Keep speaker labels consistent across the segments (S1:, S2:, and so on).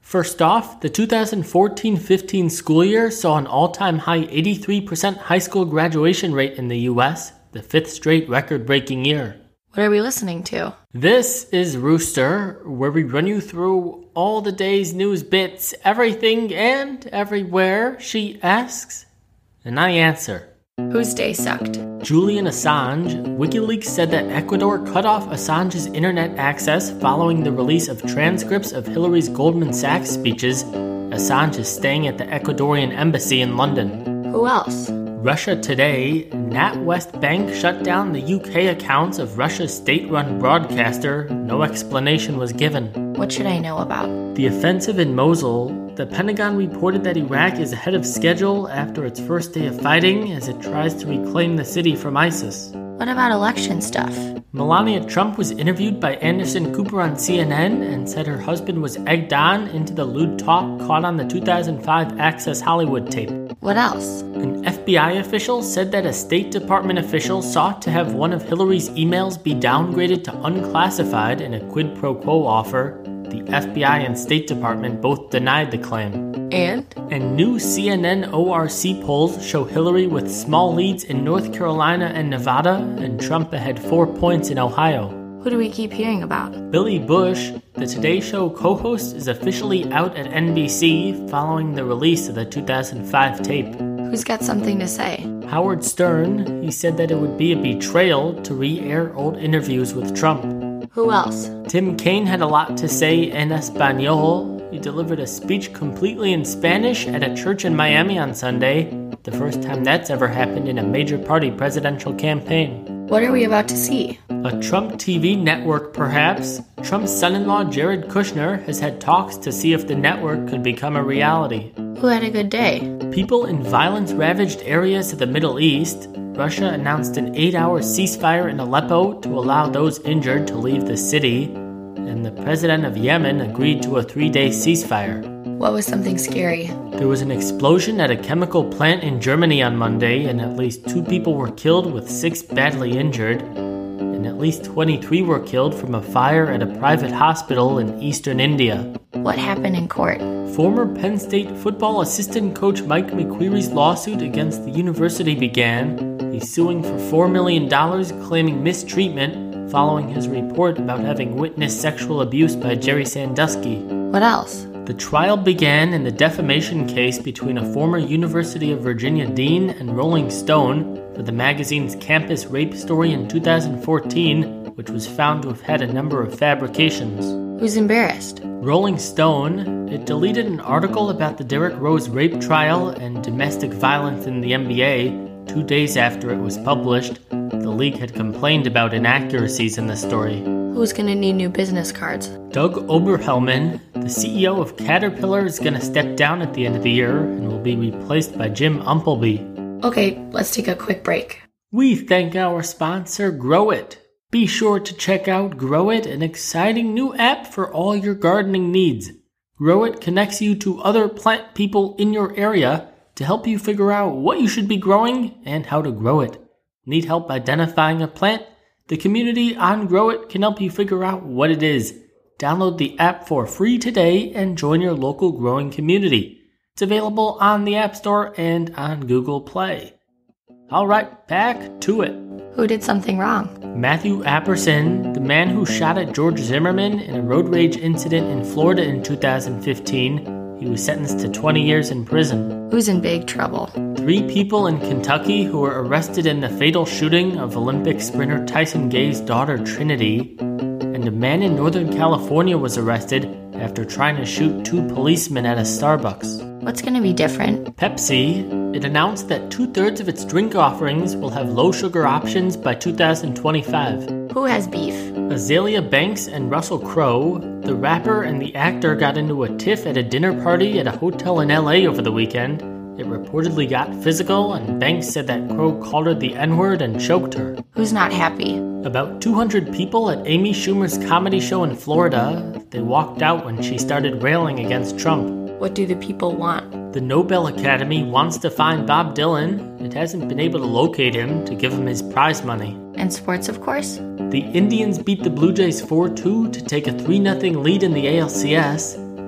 S1: First off, the 2014 15 school year saw an all time high 83% high school graduation rate in the US, the fifth straight record breaking year.
S2: What are we listening to?
S1: This is Rooster, where we run you through all the day's news bits, everything and everywhere she asks, and I answer.
S2: Whose day sucked?
S1: Julian Assange, WikiLeaks said that Ecuador cut off Assange's internet access following the release of transcripts of Hillary's Goldman Sachs speeches. Assange is staying at the Ecuadorian embassy in London.
S2: Who else?
S1: Russia Today, NatWest Bank shut down the UK accounts of Russia's state run broadcaster. No explanation was given.
S2: What should I know about?
S1: The offensive in Mosul, the Pentagon reported that Iraq is ahead of schedule after its first day of fighting as it tries to reclaim the city from ISIS.
S2: What about election stuff?
S1: Melania Trump was interviewed by Anderson Cooper on CNN and said her husband was egged on into the lewd talk caught on the 2005 Access Hollywood tape.
S2: What else?
S1: An FBI official said that a State Department official sought to have one of Hillary's emails be downgraded to unclassified in a quid pro quo offer. The FBI and State Department both denied the claim.
S2: And?
S1: And new CNN ORC polls show Hillary with small leads in North Carolina and Nevada, and Trump ahead four points in Ohio.
S2: Who do we keep hearing about?
S1: Billy Bush, the Today Show co host, is officially out at NBC following the release of the 2005 tape.
S2: Who's got something to say?
S1: Howard Stern, he said that it would be a betrayal to re air old interviews with Trump.
S2: Who else?
S1: Tim Kaine had a lot to say en Espanol. He delivered a speech completely in Spanish at a church in Miami on Sunday, the first time that's ever happened in a major party presidential campaign.
S2: What are we about to see?
S1: A Trump TV network, perhaps? Trump's son in law, Jared Kushner, has had talks to see if the network could become a reality.
S2: Who had a good day?
S1: People in violence ravaged areas of the Middle East. Russia announced an eight hour ceasefire in Aleppo to allow those injured to leave the city. And the president of Yemen agreed to a three day ceasefire.
S2: What was something scary?
S1: There was an explosion at a chemical plant in Germany on Monday, and at least two people were killed, with six badly injured. And at least 23 were killed from a fire at a private hospital in eastern India.
S2: What happened in court?
S1: Former Penn State football assistant coach Mike McQuarrie's lawsuit against the university began. He's suing for $4 million, claiming mistreatment following his report about having witnessed sexual abuse by Jerry Sandusky.
S2: What else?
S1: The trial began in the defamation case between a former University of Virginia dean and Rolling Stone for the magazine's campus rape story in 2014, which was found to have had a number of fabrications.
S2: Who's embarrassed?
S1: Rolling Stone, it deleted an article about the Derrick Rose rape trial and domestic violence in the NBA two days after it was published. The league had complained about inaccuracies in the story.
S2: Who's gonna need new business cards?
S1: Doug Oberhelman, the CEO of Caterpillar, is going to step down at the end of the year and will be replaced by Jim Umpleby.
S2: Okay, let's take a quick break.
S1: We thank our sponsor, Grow It. Be sure to check out Grow It, an exciting new app for all your gardening needs. Grow It connects you to other plant people in your area to help you figure out what you should be growing and how to grow it. Need help identifying a plant? The community on Grow It can help you figure out what it is. Download the app for free today and join your local growing community. It's available on the App Store and on Google Play. All right, back to it.
S2: Who did something wrong?
S1: Matthew Apperson, the man who shot at George Zimmerman in a road rage incident in Florida in 2015, he was sentenced to 20 years in prison.
S2: Who's in big trouble?
S1: Three people in Kentucky who were arrested in the fatal shooting of Olympic sprinter Tyson Gay's daughter Trinity, and a man in Northern California was arrested after trying to shoot two policemen at a Starbucks.
S2: What's gonna be different?
S1: Pepsi, it announced that two thirds of its drink offerings will have low sugar options by 2025.
S2: Who has beef?
S1: Azalea Banks and Russell Crowe, the rapper and the actor, got into a tiff at a dinner party at a hotel in LA over the weekend. It reportedly got physical, and Banks said that Crowe called her the N word and choked her.
S2: Who's not happy?
S1: About 200 people at Amy Schumer's comedy show in Florida, they walked out when she started railing against Trump.
S2: What do the people want?
S1: The Nobel Academy wants to find Bob Dylan. It hasn't been able to locate him to give him his prize money.
S2: And sports, of course?
S1: The Indians beat the Blue Jays 4 2 to take a 3 0 lead in the ALCS.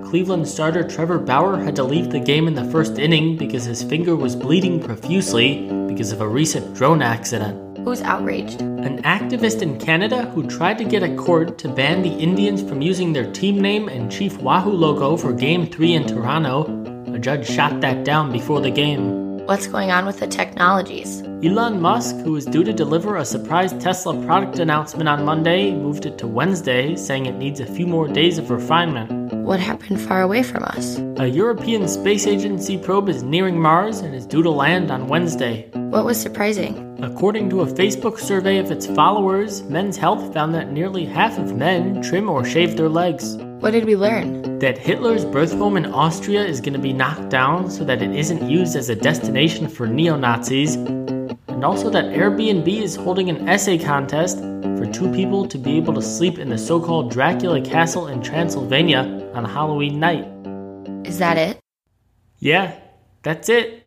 S1: Cleveland starter Trevor Bauer had to leave the game in the first inning because his finger was bleeding profusely because of a recent drone accident.
S2: Who's outraged?
S1: An activist in Canada who tried to get a court to ban the Indians from using their team name and Chief Wahoo logo for Game 3 in Toronto. A judge shot that down before the game.
S2: What's going on with the technologies?
S1: Elon Musk, who was due to deliver a surprise Tesla product announcement on Monday, moved it to Wednesday, saying it needs a few more days of refinement.
S2: What happened far away from us?
S1: A European Space Agency probe is nearing Mars and is due to land on Wednesday.
S2: What was surprising?
S1: According to a Facebook survey of its followers, Men's Health found that nearly half of men trim or shave their legs.
S2: What did we learn?
S1: That Hitler's birth home in Austria is going to be knocked down so that it isn't used as a destination for neo Nazis. And also that Airbnb is holding an essay contest for two people to be able to sleep in the so called Dracula Castle in Transylvania on Halloween night.
S2: Is that it?
S1: Yeah, that's it.